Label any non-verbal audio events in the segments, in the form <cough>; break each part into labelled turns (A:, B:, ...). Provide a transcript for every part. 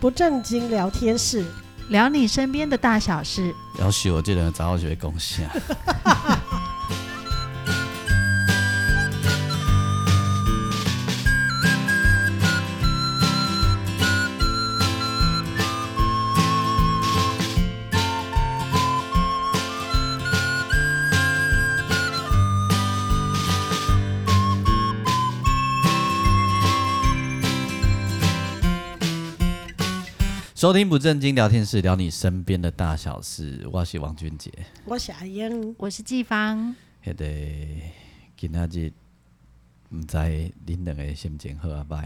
A: 不正经聊天室，
B: 聊你身边的大小事。
C: 要许我这人早好就会贡献。 <laughs> 收听不正经聊天室，聊你身边的大小事。我是王俊杰，
A: 我是阿英，
B: 我是季芳，
C: 迄个今仔日毋知恁两个心情好啊歹？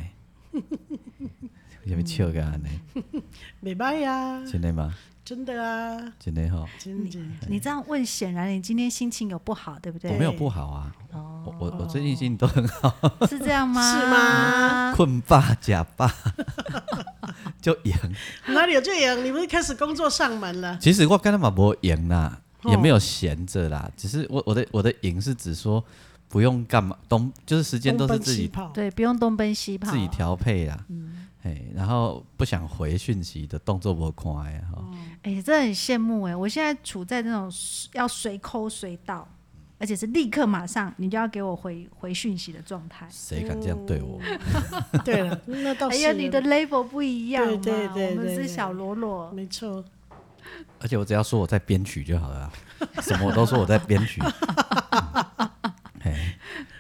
C: 有没笑个安尼？
A: 美拜呀，
C: 真的吗？
A: 啊真的啊，
C: 真的吼，
A: 真的。
B: 你这样问，显然你今天心情有不好，对不对？
C: 我没有不好啊，我我我最近心情都很好，
B: 是这样吗？
A: <laughs> 是吗？
C: 困霸假霸 <laughs> 就赢。
A: 哪里有这样？你不是开始工作上门了？
C: 其实我刚才嘛无赢啦，
A: 哦
C: 也没有闲着啦，只是我我的我的赢是指说不用干嘛，东就是时间都是自己
A: 东奔西跑，
B: 对，不用东奔西跑，嗯
C: 自己调配啦。哎，然后不想回讯息的动作不快啊，吼
B: 哎，这很羡慕哎！我现在处在那种随要随抠随到，而且是立刻马上你就要给我回回讯息的状态。
C: 谁敢这样对我？
A: 对了，那倒
B: 哎
A: 是。
B: 呀，你的 level 不一样嘛，
A: 对对对
B: 我们
A: 对
B: 是
A: 对
B: 小罗罗，
A: 没错，
C: 而且我只要说我在编曲就好了啊，什么我都说我在编
B: <laughs>
C: 曲。哎，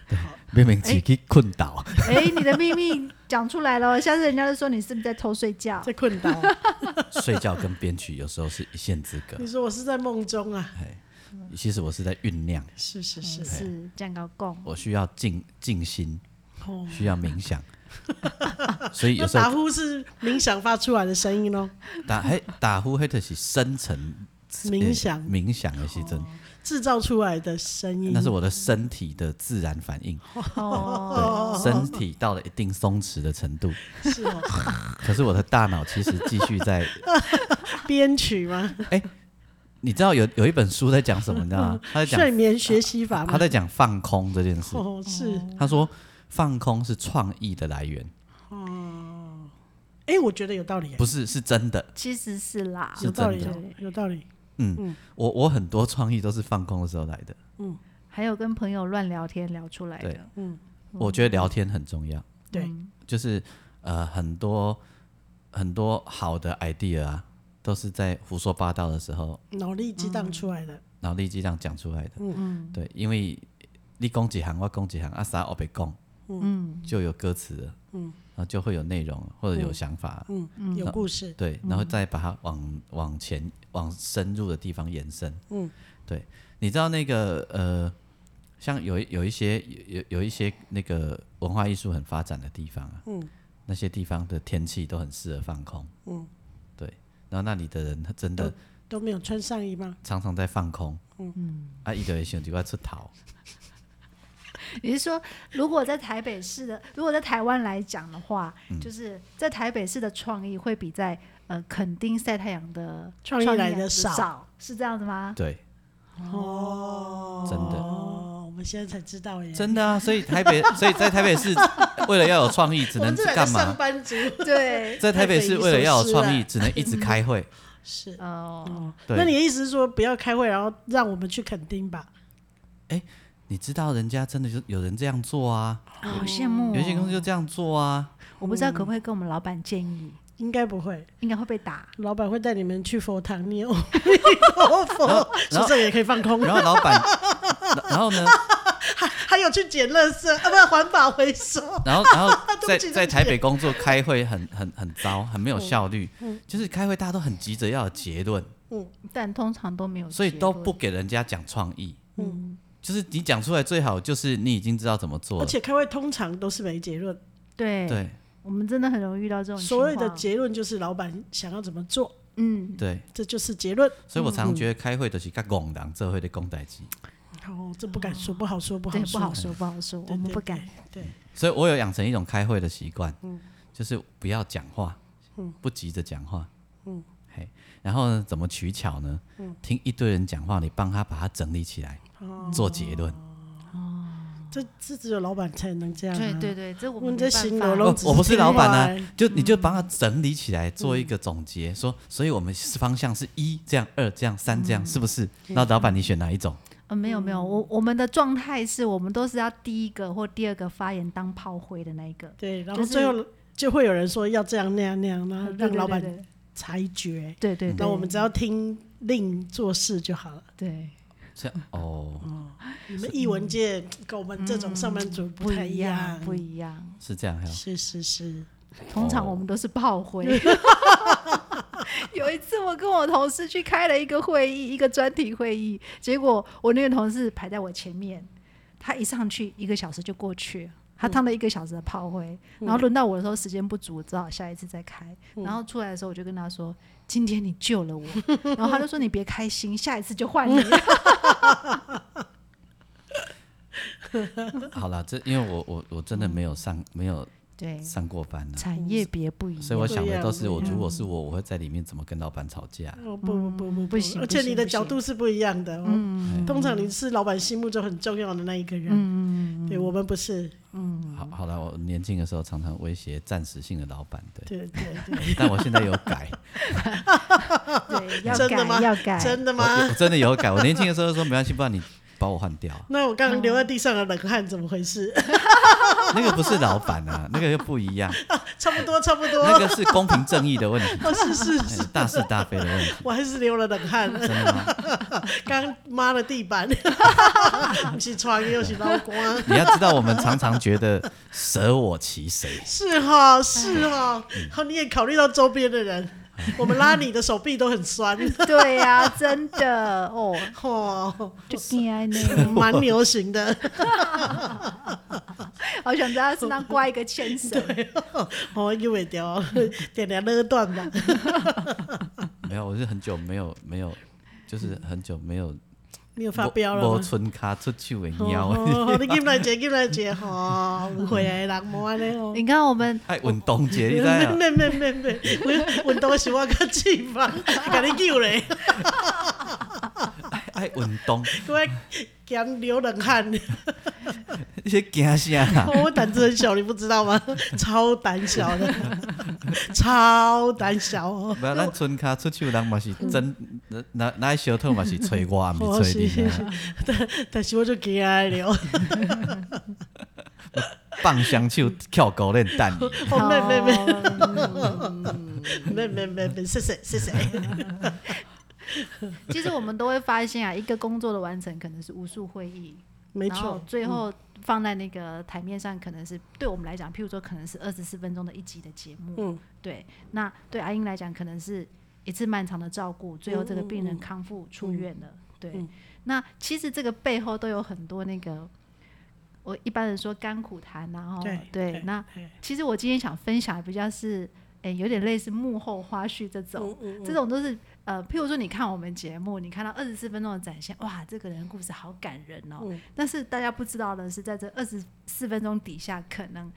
C: 对明明自己困
B: <laughs>
C: 倒，
B: 哎，你的秘密讲出来 <laughs> 了，下次人家就说你是不是在偷睡觉？
A: 在困倒。
C: 睡觉跟编曲有时候是一线之隔
A: 你。说我是在梦中啊？
C: 其实我是在酝酿，
A: 是是是，
C: 嗯
B: 是这样高供，
C: 我需要静静心，
A: 哦，
C: 需要冥想， <laughs> 所以有
A: 那
C: 时
A: 打
C: 候
A: 呼是冥想发出来的声音咯，
C: 打嘿打呼嘿，就是深层
A: 冥想哦
C: 呃冥想的是真，
A: 制造出来的声音。
C: 那是我的身体的自然反应。
B: 哦
A: 哦
C: 对，身体到了一定松弛的程度，
A: 是哦，
C: 可是我的大脑其实继续
A: <laughs>
C: 在。
A: 编曲吗？
C: 你知道有有一本书在讲什么，你知道吗？他
A: 嗯
C: 在
A: 睡
C: 讲
A: 眠学习法
C: 他
A: 吗？
C: 在讲放空这件事。
A: 哦，是。
C: 他说放空是创意的来源，
A: 哦哎，我觉得有道理耶，
C: 不是是真的。
B: 其实是啦，
C: 是
A: 有道理
C: 真
B: 的
A: 哦，有道理。
C: 我我很多创意都是放空的时候来的。
B: 还有跟朋友乱聊天聊出来
C: 对
B: 的，
A: 哦
C: 我觉得聊天很重要，
A: 对，
C: 就是呃很多很多好的 idea 啊，都是在胡说八道的时候，
A: 脑力激荡出来的，
C: 然后立即这样讲出来的。嗯对，因为你讲几行，我讲几行，啊啥我被讲，嗯，就有歌词了，嗯，然后就会有内容或者有想法，
A: 嗯，有故事。
C: 对，然后再把它往往前往深入的地方延伸。嗯，对，你知道那个呃，像有一有一些有有有一些那个文化艺术很发展的地方啊，嗯，那些地方的天气都很适合放空。嗯，对，然后那里的人他真的
A: 都没有穿上衣吗？
C: 常常在放空。嗯，啊，一堆想就要出逃，
B: 你是说，如果在台北市的，如果在台湾来讲的话，
C: 嗯
B: 就是在台北市的创意会比在呃垦丁晒太阳的
A: 创意来得
B: 少
A: 少
B: 是这样子吗？
C: 对，哦，真的。
A: 哦，我们现在才知道耶。
C: 真的啊，所以台北，所以在台北市， <laughs> 为了要有创意，只
A: 我
C: 能
A: 们这两个
C: 干
A: 上
C: 嘛？
A: 班族
B: 对，
C: 在台北市，为了要有创
A: 太匪夷
C: 意，只能一直开会。
A: 是
B: <laughs> 哦，
A: 哦。
C: 对
A: 那你的意思是说，不要开会，然后让我们去垦丁吧？
C: 你知道人家真的就有人这样做啊，
B: 好羡慕、
C: 有一些公司
B: 哦。
C: 就这样做啊。
B: 我不知道可不可以跟我们老板建议，
A: 应该不会，
B: 应该会被打。
A: 老板会带你们去佛堂 <laughs> 念阿弥陀佛，
C: 然后然
A: 说
C: 后
A: 这个也可以放空。
C: 然后老板， <laughs> 然然后呢，
A: 还有去捡垃圾啊，不是环保回收。
C: 然后然后
A: 对不
C: 在
A: 起对不起
C: 在台北工作开会很很很糟，很没有效率，就是开会大家都很急着要有结论，
B: 但通常都没有结论，
C: 所以都不给人家讲创意。嗯，就是你讲出来最好就是你已经知道怎么做
A: 而
C: 了。
A: 且开会通常都是没结论，
B: 对。
C: 对
B: 我们真的很容易遇到这种
A: 所谓
B: 情
A: 的
B: 况
A: 结论就是老板想要怎么做，
B: 嗯，
C: 对，
A: 这就是结论。
C: 所以我常常觉得开会都是跟拱狼这会的拱代机，
A: 哦，这不敢说，不好说，不
B: 对
A: 好，
B: 不
A: 说
B: 好。说，不好说，
A: 对
B: 我们
A: 对
B: 不敢。
A: 对，
C: 所以我有养成一种开会的习惯，
B: 嗯
C: 就是不要讲话，不急着讲话，
B: 嗯
C: 嘿，然后呢，怎么取巧呢？
B: 哦
C: 听一堆人讲话，你帮他把它整理起来，做结论，
A: 这是只有老板才能这样、啊。
B: 对对对，这我
A: 我
B: 们
A: 们在
B: 没办
A: 新
B: 法
A: 楼
C: 我
A: 楼只
C: 哦我不是
A: 听
C: 老板
A: 话而已
C: 啊，就你就把它整理起来做一个总结，
B: 嗯
C: 说，所以我们方向是一这样，二这样，三这样，
B: 嗯
C: 是不是？那老板你选哪一种？
B: 呃，没有没有，
A: 嗯
B: 我我们的状态是我们都是要第一个或第二个发言当炮灰的那一个，
A: 对，然
B: 就
A: 后
B: 是嗯
A: 最后就会有人说要这样那样那样，然后
B: 对
A: 啊让
B: 对
A: 老
B: 对
A: 板
B: 对
A: 裁决。
B: 对对，
A: 那
B: 对
A: 我们只要听令做事就好了。
B: 对
C: 这样哦，
B: 嗯
A: 你们艺文界跟我们这种上班族
B: 不
A: 太
B: 一
A: 样，
B: 嗯不一样。
C: 是这样，还有
A: 是是是，
B: 通常
C: 哦
B: 我们都是炮
A: <laughs>
B: 灰。 <laughs> 有一次，我跟我同事去开了一个会议，一个专题会议，结果我那个同事排在我前面，他一上去一个小时就过去了，他烫了一个小时的炮灰，
A: 嗯
B: 然后轮到我的时候时间不足，只好下一次再开。然后出来的时候，我就跟他说：“今天你救
A: <laughs>
B: 了我。”然后他就说：“你别开心，下一次就换你。
C: 好啦，这因为我我我真的没有上
B: 嗯
C: 没有”
B: 对，
C: 上过班呢、
B: 产业别不一样，嗯
C: 所以我想的都是我
A: 不一样
C: 如果是我，我会在里面怎么跟老板吵架？
A: 哦不不不不
B: 不行
A: 而且
B: 不行
A: 你的
B: 不
A: 角
B: 行
A: 度是不一样的。嗯，
C: 哎
A: 通常你是老板心目中很重要的那一个人。嗯对我们不是。
C: 好好了，我年轻的时候常常威胁暂时性的老板，对，
A: 对对对，
C: 但我现在有改，
A: <laughs>
B: 对，要
A: 真的吗
B: 改要改，
A: 真的
C: 我
A: 吗
C: 我？真的有改。我年轻的时候说没关系，不然你把我换掉啊，
A: 那我刚刚流在地上的冷汗怎么回事？ <laughs>
C: 那个不是老板啊，那个又不一样，
A: 差不多差不多。
C: 那个是公平正义的问题，
A: 哦是是是，
C: 哎大是大非的问题。
A: 我还是流了冷汗。
C: <laughs> 真的吗？
A: <laughs> 刚抹了地板， <laughs> 不是床又是老光，
C: 你要知道，我们常常觉得舍我其谁，
A: 是哈是哈，
C: 嗯
A: 好你也考虑到周边的人，我们拉你的手臂都很
C: <laughs>
A: 酸，
B: 对呀、真的哦，
A: <laughs> 哦，
B: 就惊啊呢。
A: 蛮流行的， <laughs>
B: <laughs> 好想在他身上挂一个牵
A: <laughs>
B: 绳，
A: 哦，因为掉点点勒断吧，
C: 没有，我是很久没有没有，就是很久没有
A: 没有发飙了
C: 摸
A: 吗？
C: 春卡出去的
A: 哦
C: 猫，
A: 哦哦你进来姐，进来姐，吼，有回来的人莫安尼哦。
B: 你看我们
C: 爱运动节，你知
A: 没
C: 道？
A: 没没没没，我运动是我较气愤，甲你救嘞，
C: 爱运动，
A: 我咸流冷汗。
C: 你些惊啥啊？
A: 哦我胆子很小，你不知道吗？超胆小的，超胆小哦。
C: 不要，咱春卡出去，人嘛是真，
B: 嗯
C: 那那小偷嘛是吹我，
A: 哦
C: 不是
B: <laughs>
C: 吹你
A: 是
C: 啊，
A: 但是我就惊了，
C: 放双手跳高练蛋。
B: <laughs>
A: 哦没没没
B: 没。
A: 没没没没，谢谢谢谢。
B: 其实我们都会发现啊，一个工作的完成可能是无数会议，
A: 没
B: 然后
A: 错，嗯
B: 最后放在那个台面上，可能是对我们来讲，譬如说可能是二十四分钟的一集的节目，
A: 嗯
B: 对，那对阿英来讲，可能是一次漫长的照顾，最后这个病人康复出院了。对，
A: 嗯
B: 那其实这个背后都有很多那个，我一般人说甘苦谈然后
A: 对对
B: 那
A: 对
B: 其实我今天想分享的比较是，诶，有点类似幕后花絮这种，
A: 嗯
B: 这种都是呃，譬如说你看我们节目，你看到二十四分钟的展现，哇，这个人的故事好感人哦。但是大家不知道的是，在这二十四分钟底下，可能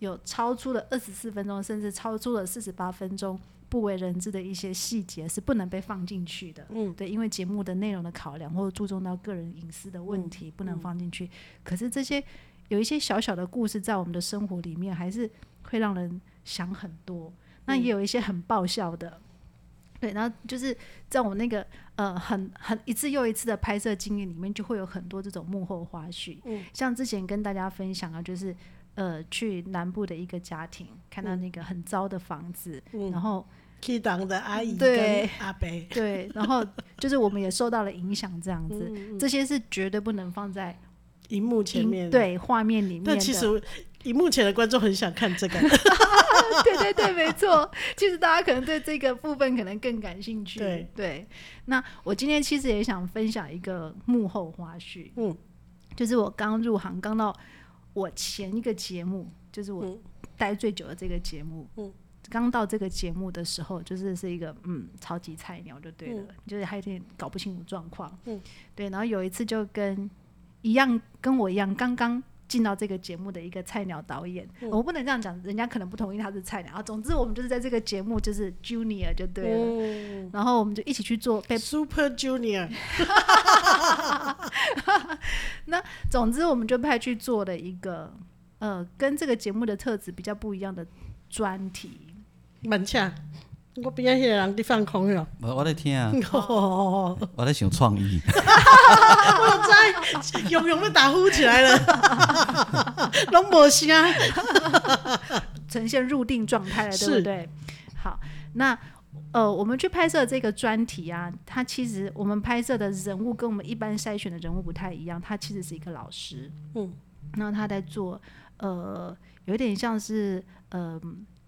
B: 有超出了二十四分钟，甚至超出了四十八分钟。不为人知的一些细节是不能被放进去的，嗯，对，因为节目的内容的考量或者注重到个人隐私的问题，不能放进去。可是这些有一些小小的故事，在我们的生活里面，还是会让人想很多。那也有一些很爆笑的，对，然后就是在我那个呃很很一次又一次的拍摄经验里面，就会有很多这种幕后花絮。
A: 嗯
B: 像之前跟大家分享啊，就是呃去南部的一个家庭，看到那个很糟的房子，
A: 嗯
B: 然后
A: 去党的阿姨
B: 对
A: 跟阿伯，
B: 对，然后就是我们也受到了影响，这样子，这些是绝对不能放在
A: 荧幕嗯前
B: 荧
A: 面。，
B: 对画面里面的。
A: 但其实荧幕前的观众很想看这个，
B: <laughs> 对对对，没错。其实大家可能对这个部分可能更感兴趣。
A: 对
B: 那我今天其实也想分享一个幕后花絮，
A: 嗯，
B: 就是我刚入行，刚到我前一个节目，就是我
A: 嗯
B: 待最久的这个节目，
A: 嗯。
B: 刚到这个节目的时候，就是是一个嗯超级菜鸟就对了，就是还有点搞不清楚状况，
A: 嗯，
B: 对。然后有一次就跟一样跟我一样刚刚进到这个节目的一个菜鸟导演。
A: 嗯
B: 我不能这样讲，人家可能不同意他是菜鸟。啊总之，我们就是在这个节目就是 junior 就对了。
A: 嗯
B: 然后我们就一起去做被
A: ，Super Junior，
B: 总之，我们就派去做了一个呃，跟这个节目的特质比较不一样的专题。
A: 蛮恰。我边仔迄个人伫放空哟，
C: 我我在听啊，
B: 嗯
A: 哦，
C: 我在想
B: <laughs>
C: 创意，
A: 我知，永永都打呼起来了， <laughs> 拢无声。
B: 呈现入定状态了，对
A: 是
B: 不对？好，那呃，我们去拍摄这个专题啊，它其实我们拍摄的人物跟我们一般筛选的人物不太一样，他其实是一个老师，
A: 嗯，
B: 那他在做呃，有点像是呃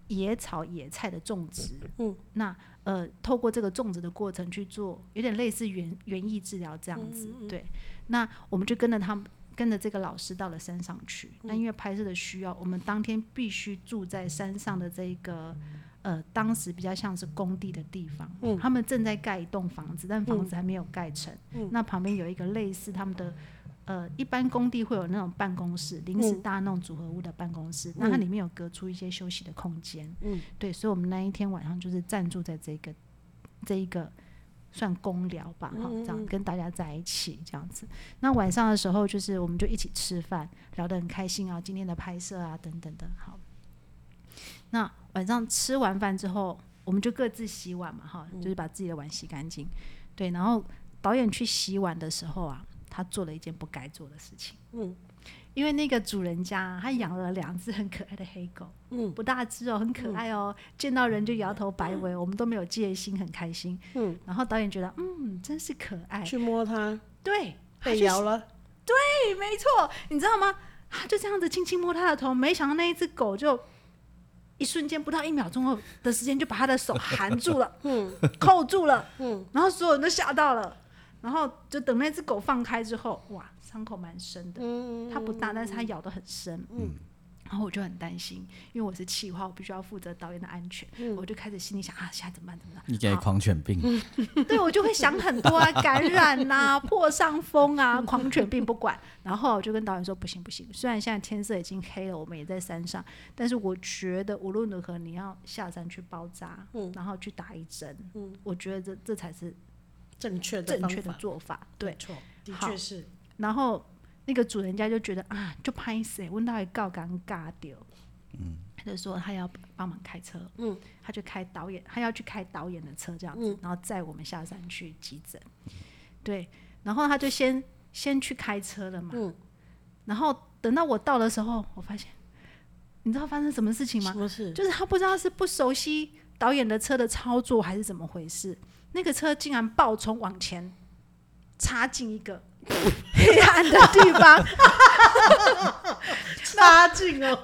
B: 野草野菜的种植，
A: 嗯，
B: 那呃，透过这个种植的过程去做，有点类似园园艺治疗
A: 嗯
B: 这样子，对。那我们就跟着他们。跟着这个老师到了山上去，
A: 嗯
B: 那因为拍摄的需要，我们当天必须住在山上的这个呃，当时比较像是工地的地方，
A: 嗯
B: 他们正在盖一栋房子，但房子还没有盖成。
A: 嗯
B: 那旁边有一个类似他们的呃，一般工地会有那种办公室，临
A: 嗯
B: 时搭那种组合屋的办公室，那它里面有隔出一些休息的空间。
A: 嗯，
B: 对，所以我们那一天晚上就是暂住在这个这一个算公聊吧，哈、
A: 嗯嗯嗯
B: 这样跟大家在一起这样子。那晚上的时候，就是我们就一起吃饭，聊得很开心啊，今天的拍摄啊等等的。好，那晚上吃完饭之后，我们就各自洗碗嘛，哈，
A: 嗯
B: 就是把自己的碗洗干净。对，然后导演去洗碗的时候啊，他做了一件不该做的事情。
A: 嗯
B: 因为那个主人家啊他养了两只很可爱的黑狗，
A: 嗯
B: 不大只哦，很可爱哦，见到人就摇头摆尾，我们都没有戒心，很开心。
A: 嗯，
B: 然后导演觉得，嗯，真是可爱，
A: 去摸它，
B: 对，
A: 被咬了，
B: 对，没错，你知道吗？他就这样子轻轻摸他的头，没想到那一只狗就一瞬间不到一秒钟后的时间就把他的手含住了，
A: <laughs> 嗯
B: 扣住了，
A: 嗯
B: 然后所有人都吓到了，然后就等那只狗放开之后，哇，伤口蛮深的，
A: 嗯，
B: 它不大，但是它咬得很深。嗯，然后我就很担心，因为我是企划，我必须要负责导演的安全，
A: 嗯
B: 我就开始心里想啊，现在怎么办？怎么办？
C: 你给
B: 好
C: 狂犬病，
B: 嗯
A: <laughs>
B: 对我就会想很多啊， <laughs> 感染呐、破伤风啊、狂犬病不管。然后我就跟导演说，不行不行，虽然现在天色已经黑了，我们也在山上，但是我觉得无论如何你要下山去包扎，
A: 嗯
B: 然后去打一针，
A: 嗯
B: 我觉得这这才是
A: 正确的
B: 正
A: 方
B: 确的
A: 法，
B: 做法。对
A: 没，错，的
B: 好
A: 确是，
B: 然后那个主人家就觉得啊，就拍谁问到底告尴尬丢，嗯，他就说他要帮忙开车，
A: 嗯，
B: 他就开导演，他要去开导演的车这样子，然后载我们下山去急诊，对，然后他就先先去开车了嘛，
A: 嗯，
B: 然后等到我到的时候，我发现，你知道发生什么事情吗
A: 什？么
B: <laughs>
A: 事？
B: 就是他不知道是不熟悉导演的车的操作还是怎么回事，那个车竟然爆冲往前插进一个黑暗的地方。
A: 插进
B: <laughs>
A: 哦，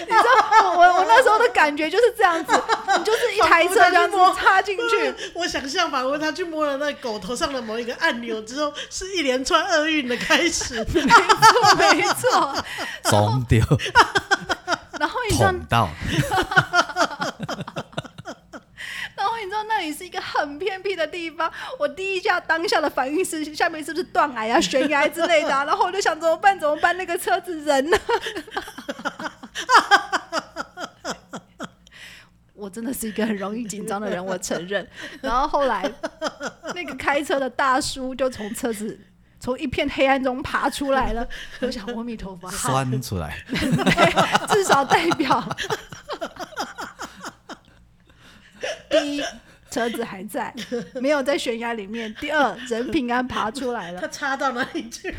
B: 你知道我我我那时候的感觉就是这样子，你就是一台车这样子插
A: <laughs>
B: 进去，
A: 我想象吧，我他去摸了那狗头上的某一个按钮之后，是一连串厄运的开始。
B: <laughs> 没错没错。
C: 总
B: <laughs>
C: 丢
B: 然后你知道
C: 捅到，
B: 然后你知道那里是一个很偏僻的地方，我第一下当下的反应是下面是不是断崖啊、悬崖之类的啊、 <laughs> 然后我就想怎么办？怎么办？那个车子人呢？ <laughs> 我真的是一个很容易紧张的人，我承认。然后后来，那个开车的大叔就从车子从一片黑暗中爬出来了。我想，阿弥陀佛，好
C: 酸出来，
B: 嗯对 <laughs> 至少代
A: <laughs>
B: 表第一车子还在，没有在悬崖里面；第二人平安爬出来
A: 他
B: 了。
A: 插到哪里去？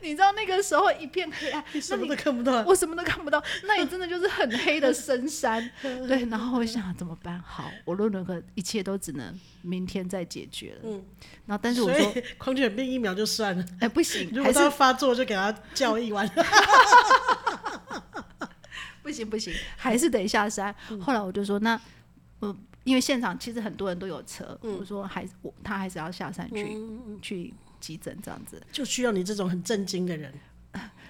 B: 你知道那个时候一片黑暗，
A: 你什
B: 那
A: 么
B: 你
A: 都看不到。
B: 我什么都看不到，那里真的就是很黑的深
A: <laughs>
B: 山。对，然后我想怎么办？好，无论如何，一切都只能明天再解决了。
A: 嗯
B: 然后但是我
A: 所
B: 说，
A: 以狂犬病疫苗就算了，
B: 哎、不行，
A: 如
B: 还
A: 果
B: 是
A: 他发作就给他叫一碗。
B: 不行不行，还是得下山。后来我就说，那呃，因为现场其实很多人都有车，我说还是我他还是要下山去、去急诊这样子，
A: 就需要你这种很震惊的
B: <laughs>
A: 人，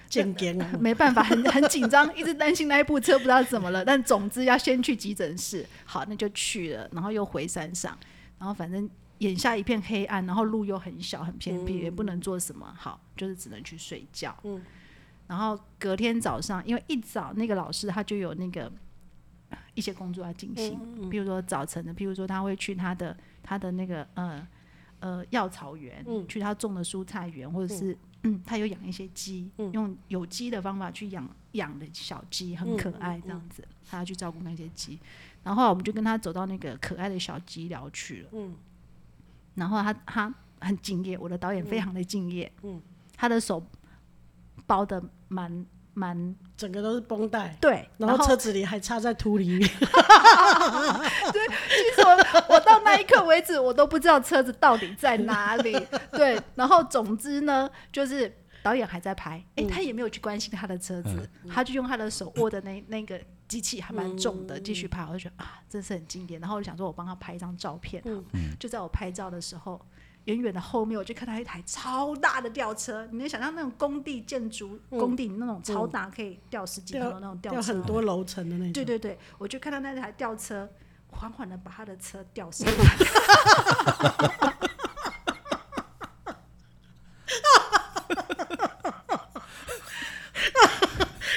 A: 健健啊！
B: 没办法，很 <laughs> 很紧张，一直担心那一部车不知道怎么了。但总之要先去急诊室，好，那就去了，然后又回山上，然后反正眼下一片黑暗，然后路又很小很偏僻，也不能做什么，好，就是只能去睡觉。然然后隔天早上，因为一早那个老师他就有那个一些工作要进行，
A: 嗯
B: 譬如说早晨的，譬如说他会去他的他的那个呃呃药草园，
A: 嗯
B: 去他种的蔬菜园，或者是嗯 <clears throat> 他有养一些鸡，
A: 嗯
B: 用有机的方法去养养的小鸡，
A: 嗯
B: 很可爱这样子，他要去照顾那些鸡。然后后来我们就跟他走到那个可爱的小鸡寮去了，
A: 嗯
B: 然后他他很敬业，我的导演
A: 嗯
B: 非常的敬业，他的手包的蛮蛮
A: 整个都是绷带，
B: 对，
A: 然后车子里还插在土里
B: <laughs>
A: 面，
B: 其实我我到那一刻为止，我都不知道车子到底在哪里。对，然后总之呢，就是导演还在拍，诶，他也没有去关心他的车子，他就用他的手握的那那个机器还蛮重的，继续拍。我就觉得啊，真是很经典。然后我就想说，我帮他拍一张照片好了。就在我拍照的时候。远远的后面，我就看到一台超大的吊车，你能想象那种工地建筑、工地那种超大，可以嗯吊十几
A: 掉
B: 条的那种吊车
A: 掉很多楼层的那种。
B: 对对对，我就看到那台吊车缓缓的把他的车吊 <laughs> 上来，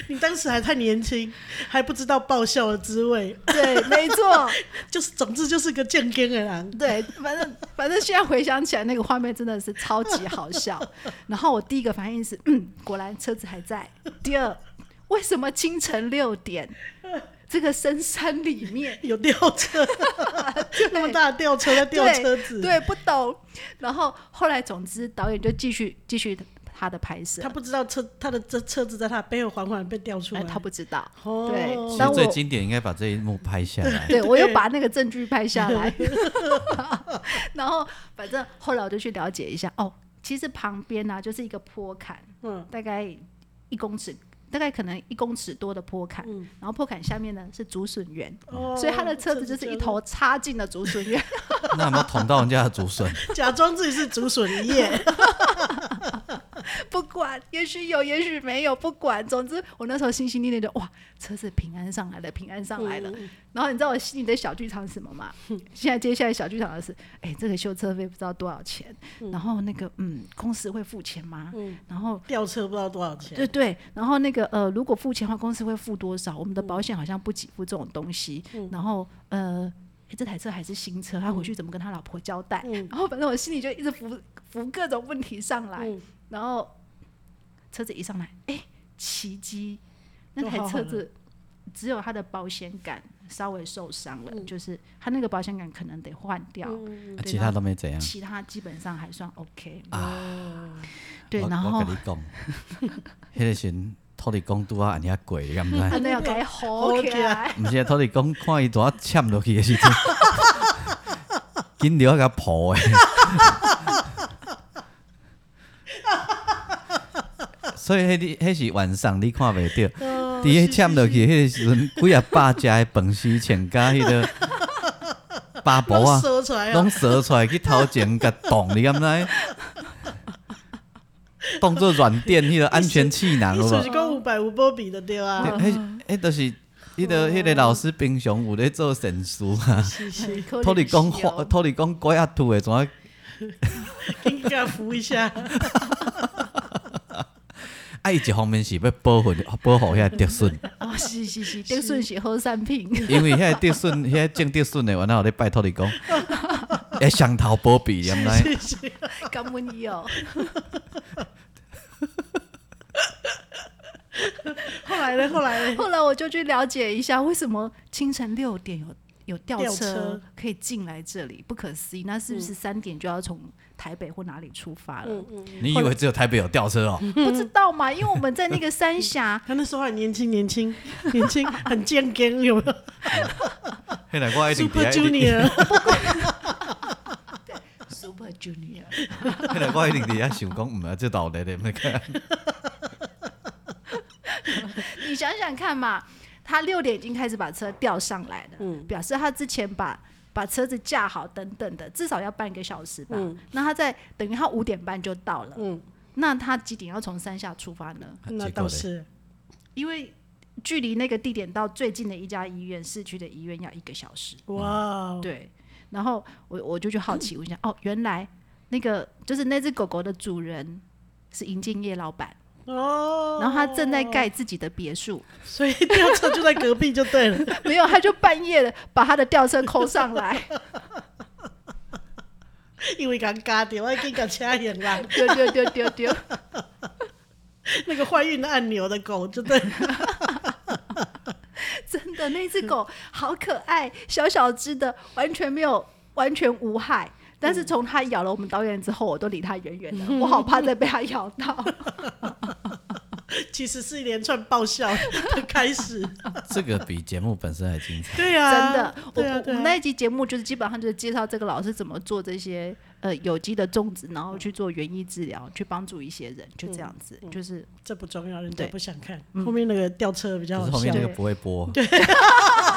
A: 你当时还太年轻， <laughs> 还不知道爆笑的滋味，
B: 对，没错，
A: 就是总之就是个健康的人。
B: <laughs> 对，反正反正现在回想起来，那个画面真的是超级好 <laughs> 笑。然后我第一个反应是，嗯，果然车子还在。第二，为什么清晨六 <laughs> 点，这个深山里 <laughs> 面？
A: 有吊车，那么大的吊车在吊车子，
B: 对，不懂。然后后来，总之导演就继续继续他的拍摄
A: 他，不知道车他的这车子在他背后缓缓被吊出来，
B: 哎他不知道。
A: 哦
B: 对
C: 其
B: 当
C: 实
B: 我
C: 最经典应该把这一幕拍
B: <laughs>
C: 下来。
B: 对我又把那个证据拍下 <laughs> 来，然后反正后来我就去了解一下，哦，其实旁边呢、啊就是一个坡坎，
A: 嗯，
B: 大概一公尺，大概可能一公尺多的坡坎，然后坡坎下面呢是竹笋园。
A: 哦
B: 所以他的车子就是一头插进了竹笋园，
C: 那有没有捅到人家的
B: <laughs>
C: 竹笋？
A: 假装自己是竹笋一夜，
B: 不管，也许有，也许没有，不管。总之，我那时候心心念念就哇，车子平安上来了，平安上来了。然后你知道我心里的小剧场是什么吗？现在接下来小剧场的是，哎、这个修车费不知道多少钱，然后那个嗯，公司会付钱吗？然后
A: <laughs> 吊车不知道多少钱，
B: 对对，然后那个呃，如果付钱的话，公司会付多少？我们的保险好像不给付这种东西。然后呃。诶这台车还是新车，他回去怎么跟他老婆交代？然后反正我心里就一直浮浮各种问题上来，然后车子一上来，哎、奇迹！那
A: 都
B: 台
A: 好
B: 车
A: 好
B: 子只有它的保险杆稍微受伤了，就是它那个保险杆可能得换掉，
C: 啊其他都没怎样。
B: 其他基本上还算 OK。
A: 哦，
B: 对，
C: 我
B: 然
C: 我
B: 后
C: 跟你
B: <laughs>
C: 讲，迄个时阵土地公拄啊，人家鬼，你敢不知？
B: 啊，那要改好起来。
C: 毋是啊，土地公看伊拄啊签落去的
A: <laughs>
C: 时阵，紧着甲抱诶。所以迄日迄是晚上你看袂着，
A: 哦
C: 伫迄签落去迄个时阵，几啊百只的饭丝穿甲迄个八婆
A: 都
C: 啊，
A: 说出来
C: 拢
A: 哦，
C: 蛇出来去头前甲动，你敢
A: <laughs>
C: 不知？当做软垫迄个安全气囊，
A: 你
C: 有无
A: 属？是讲五百五波比的对啊，
C: 迄迄迄著是迄个迄个老师平常有咧做神事啊，
A: 是是，
B: 可
C: <laughs> 托你
B: 能是
C: 讲
B: 哦
C: 话，托你讲鬼啊吐的，怎啊
A: 应该扶一
B: <laughs>
A: 下，
C: 啊伊一方面是要保护保护遐
A: <laughs>
C: 德顺，
B: <laughs> 哦，是是是，德顺是好产品，
C: 因为遐德顺遐种德顺的，原来有咧拜托
A: <laughs>
C: 你讲，会上头保庇，你毋知？
A: 是是，
B: 感恩伊哦。
A: 后来呢，后来呢，
B: 后来我就去了解一下，为什么清晨六点有有吊
A: 吊
B: 车
A: 车
B: 可以进来这里，不可思议。那是不是三点就要从台北或哪里出发了？
C: 你以为只有台北有吊车
A: <laughs>
C: 哦？
B: 不知道嘛，因为我们在那个三峡
A: 他那时候还年轻，年轻， <laughs> 年轻，很健康，有没有
C: 迄来我一定
A: ？Super
C: 伫 <laughs> 遐，
A: Junior，
B: Super Junior，
C: 迄来我一定伫遐想讲，毋啊，这道
A: <laughs>
C: 理咧，那个
B: <laughs> 你想想看嘛，他六点已经开始把车吊上来了，
A: 嗯
B: 表示他之前把。把车子架好，等等的，至少要半个小时吧。
A: 嗯
B: 那他在等于他五点半就到了，那他几点要从山下出发呢？
A: 那
C: 结
A: 倒
C: 果咧，
A: 是，
B: 因为距离那个地点到最近的一家医院，市区的医院要一个小时。
A: 哇哦，
B: 对，然后我我就去好奇问
A: <coughs>
B: 一下，哦，原来那个就是那只狗狗的主人是银建业老板，
A: 哦，
B: 然后他正在盖自己的别墅，
A: 所以吊车就在隔壁就对了。 <laughs>
B: <laughs> 没有，他就半夜了把他的吊车抠上来， <laughs>
A: 因为刚嘎掉，我给搞掐眼啦，
B: 丢丢丢丢丢，
A: <laughs>
B: <laughs>
A: 那个怀孕的按钮的狗就对了。
B: 真的那只
A: 嗯
B: 狗好可爱，小小只的，完全没有，完全无害。但
A: 嗯
B: 是从它咬了我们导演之后，我都离它远
A: <laughs>
B: 远的，我好怕再被它咬到。
A: 其实是一连串爆笑的开
B: <laughs>
A: 始。
C: 这个比节目本身还精彩。
A: 对
B: 真
A: 啊，
B: 的，我
A: 对啊
B: 我我
A: 对啊
B: 们那一集节目就是基本上就是介绍这个老师怎么做这些呃有机的种植，然后去做园艺治疗，去帮助一些人，就这样子，
A: 嗯 <laughs>
B: 就是
A: 这不重要，人家
B: 对嗯
A: 不想看。后面那个吊车比较 <laughs> 好
C: 可是后
A: 笑
C: 面那，个
B: 对
C: 不会播，
A: <laughs>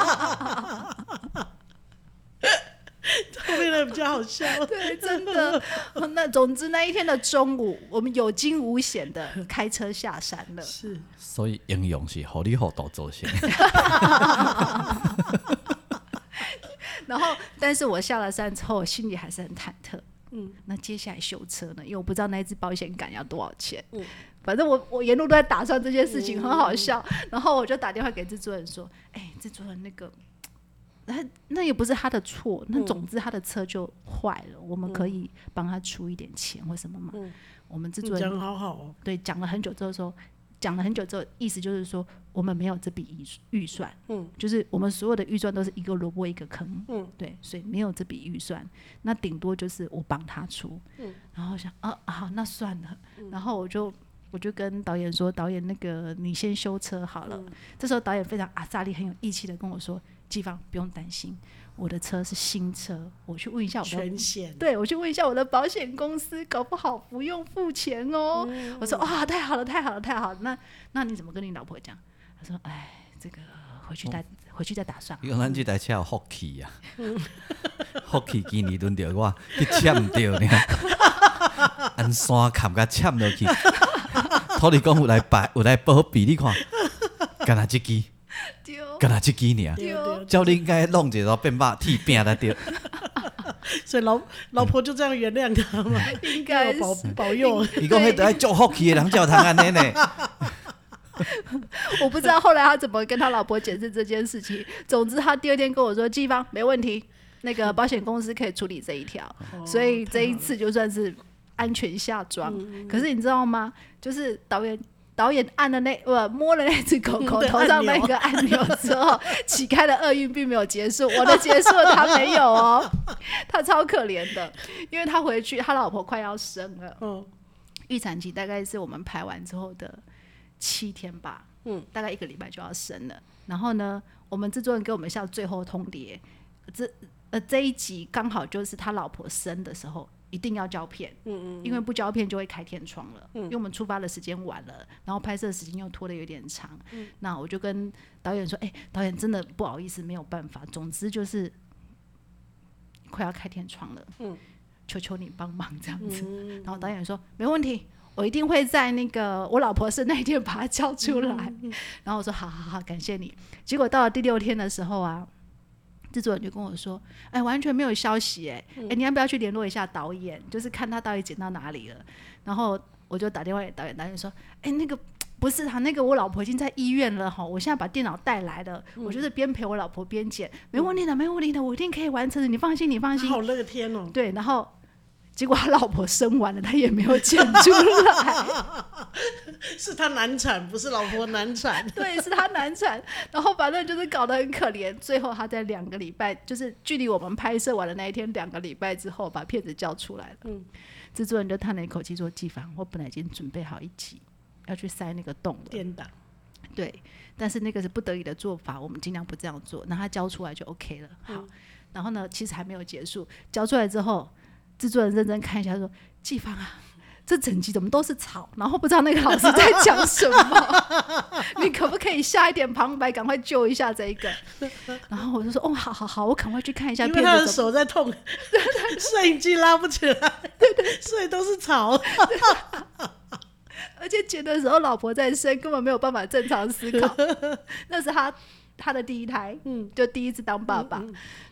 A: 后面那个比较好
B: <laughs>
A: 笑。
B: 对，真的。 <laughs> 那总之那一天的中午，我们有惊无险的开车下山了。
A: 是，
C: 所以英勇是好你好到走先。
B: <laughs> 然后，但是我下了山之后，我心里还是很忐忑。嗯，那接下来修车呢？因为我不知道那一只保险杆要多少钱。嗯，反正我我沿路都在打算这件事情，很好笑。
A: 嗯
B: 然后我就打电话给制作人说：“哎、制作人那个。”那那也不是他的错，
A: 嗯
B: 那总之他的车就坏了，我们可以帮他出一点钱或什么嘛。我们制
A: 嗯你
B: 作人
A: 讲得好好哦。
B: 对，讲了很久之后说，讲了很久之后，意思就是说我们没有这笔预预算，嗯，就是我们所有的预算都是一个萝卜一个坑，嗯，对，所以没有这笔预算，那顶多就是我帮他出，嗯，然后想啊啊，好那算了，然后我就。我就跟导演说：“导演，那个你先修车好了。这时候导演非常阿萨利很有义气的跟我说：“季芳，不用担心，我的车是新车，我去问一下我的
A: 全险，
B: 对，我去问一下我的保险公司，搞不好不用付钱哦。我说哇，太好了，太好了，太好了。那那你怎么跟你老婆讲？他说，哎，这个回去再、回去再打算。
C: 因为咱这台车有福气啊， <laughs> 福气今年轮到我去签着呢， <laughs> 按山坎甲签落去，土地公有来拜，有来保庇，你看，干那一支，
B: 丢
C: 干那一支尔，
A: 对啊
B: 丢
A: 对，
C: 照你应该弄一个变肉剃饼才对，
A: 所以老老婆就这样原谅他嘛，
B: 应该
A: 要
B: 是
A: 保保佑。
C: 伊讲迄爱足福气的人才有通安尼呢，
B: 我不知道后来他怎么跟他老婆解释这件事情。总之，他第二天跟我说，季芳没问题，那个保险公司可以处理这一条，所以这一次就算是安全下庄。可是你知道吗？就是导演。导演按了那我摸了那只 <laughs> 狗
A: 嗯
B: 狗
A: 对
B: 头上那个按钮之后， <laughs> 乞丐的厄运并没有结束，我的结束了，他没有哦， <laughs> 他超可怜的，因为他回去他老婆快要生了，
A: 嗯，
B: 预产期大概是我们排完之后的七天吧，嗯，大概一个礼拜就要生了。然后呢，我们制作人给我们下最后通牒，这呃这一集刚好就是他老婆生的时候，一定要胶片，嗯嗯嗯因为不胶片就会开天窗了，因为我们出发的时间晚了，然后拍摄的时间又拖得有点长，那我就跟导演说，哎、导演真的不好意思，没有办法，总之就是快要开天窗了，嗯，求求你帮忙这样子。然后导演说没问题，我一定会在那个我老婆生那一天把她叫出来。然后我说好好好，感谢你。结果到了第六天的时候啊，制作人就跟我说，哎，完全没有消息、哎、哎，你要不要去联络一下导演，就是看他到底剪到哪里了？然后我就打电话给导演，导演说，哎，那个。不是他那个，我老婆已经在医院了哈，我现在把电脑带来了，我就是边陪我老婆边剪，没问题的，没问题的，我一定可以完成的，你放心，你放心。
A: 好乐天哦，
B: 对，然后结果他老婆生完了，他也没有剪出来，
A: 是他难产，不是老婆难产。
B: 对，是他难产，然后反正就是搞得很可怜。最后他在两个礼拜，就是距离我们拍摄完的那一天两个礼拜之后，把片子叫出来了。嗯，制作人就叹了一口气说：“季凡，我本来已经准备好一集要去塞那个洞了，
A: 颠倒，
B: 对，但是那个是不得已的做法，我们尽量不这样做。那他交出来就 OK 了。好，
A: 嗯
B: 然后呢，其实还没有结束，交出来之后，制作人认真看一下，说：“季芳啊，这整集怎么都是草，然后不知道那个老师在讲什么， <laughs> 你可不可以下一点旁白，赶快救一下这一个？” <laughs> 然后我就说：“哦，好好好，我赶快去看一下
A: 因
B: 片
A: 为
B: 子
A: 他的
B: 怎么
A: 手在
B: <laughs>
A: 痛，摄影机拉不起来，所以都是草。
B: 而且剪的时候老婆在生，根本没有办法正常思考。那是他他的第一胎，嗯，就第一次当爸爸，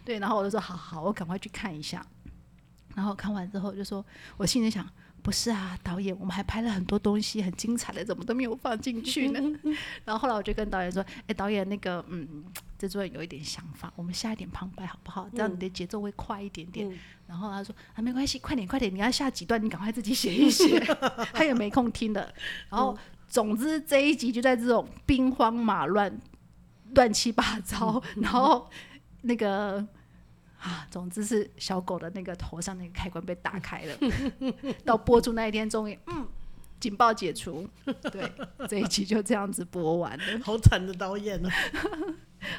B: 对。然后我就说好好，我赶快去看一下。然后看完之后就说，我心里想。不是啊，导演，我们还拍了很多东西，很精彩的，怎么都没有放进去呢？然后后来我就跟导演说，哎，导演那个，嗯，制作人有一点想法，我们下一点旁白好不好？这样你的节奏会快一点点。然后他说啊，没关系，快点快点，你要下几段，你赶快自己写一写，他也没空听的。然后总之这一集就在这种兵荒马乱、乱七八糟， <laughs> 然后那个啊，总之是小狗的那个头上那个开关被打开了。到播出那一天，终于嗯，警报解除。对，这一集就这样子播完了， <laughs>
A: 好惨的导演哦、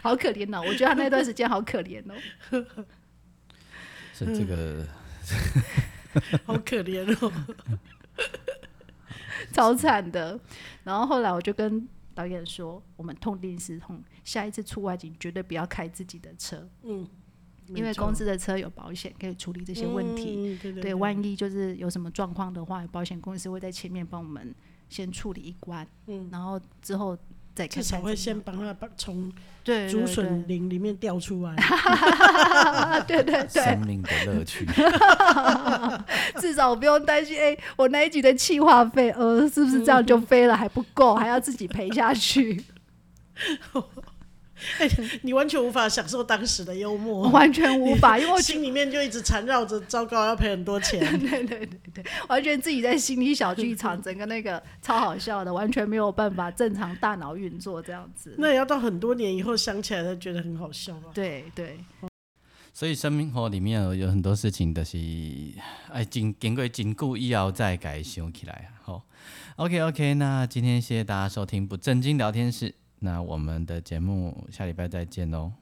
B: 好可怜哦！我觉得他那段时间好可怜哦。
C: 是这个
A: 好可怜哦、
B: <laughs> 超惨的。然后后来我就跟导演说，我们痛定思痛，下一次出外景绝对不要开自己的车，
A: 嗯
B: 因为公司的车有保险可以处理这
A: 这
B: 些问题。
A: 嗯、对对
B: 对，万一就是有什么状况的话，保险公司会在前面帮我们先处理一关，
A: 嗯
B: 然后之后再看
A: 至
B: 看
A: 少会
B: 怎
A: 先
B: 么样
A: 帮他把从
B: 对
A: 竹
B: 对
A: 笋林里面调出
B: <laughs>
A: 来，
B: 对对对对
C: 生，命的乐趣。
B: 至少我不用担心，哎、我那一集的气化费，呃，是不是这样就飞了还不够，还要自己赔下
A: <laughs>
B: 去？
A: 你完全无法享受当时的幽
B: 我
A: 默，
B: 完全无法，因为我
A: <laughs>
B: 觉
A: 心里面就一直缠绕着糟糕，要赔很多
B: <laughs>
A: 钱。
B: 对对对对，完全自己在心理小
A: <laughs>
B: 剧场，整个那个超好笑的，完全没有办法正常大脑运作这样子。
A: 那也要到很多年以后想起来才觉得很好笑吧？
B: 对对，
C: 所以生活里面有很多事情，就是哎，经经过真久以后再改想起来啊。好，OK OK，那今天谢谢大家收听不正经聊天室，那我们的节目下礼拜再见喽，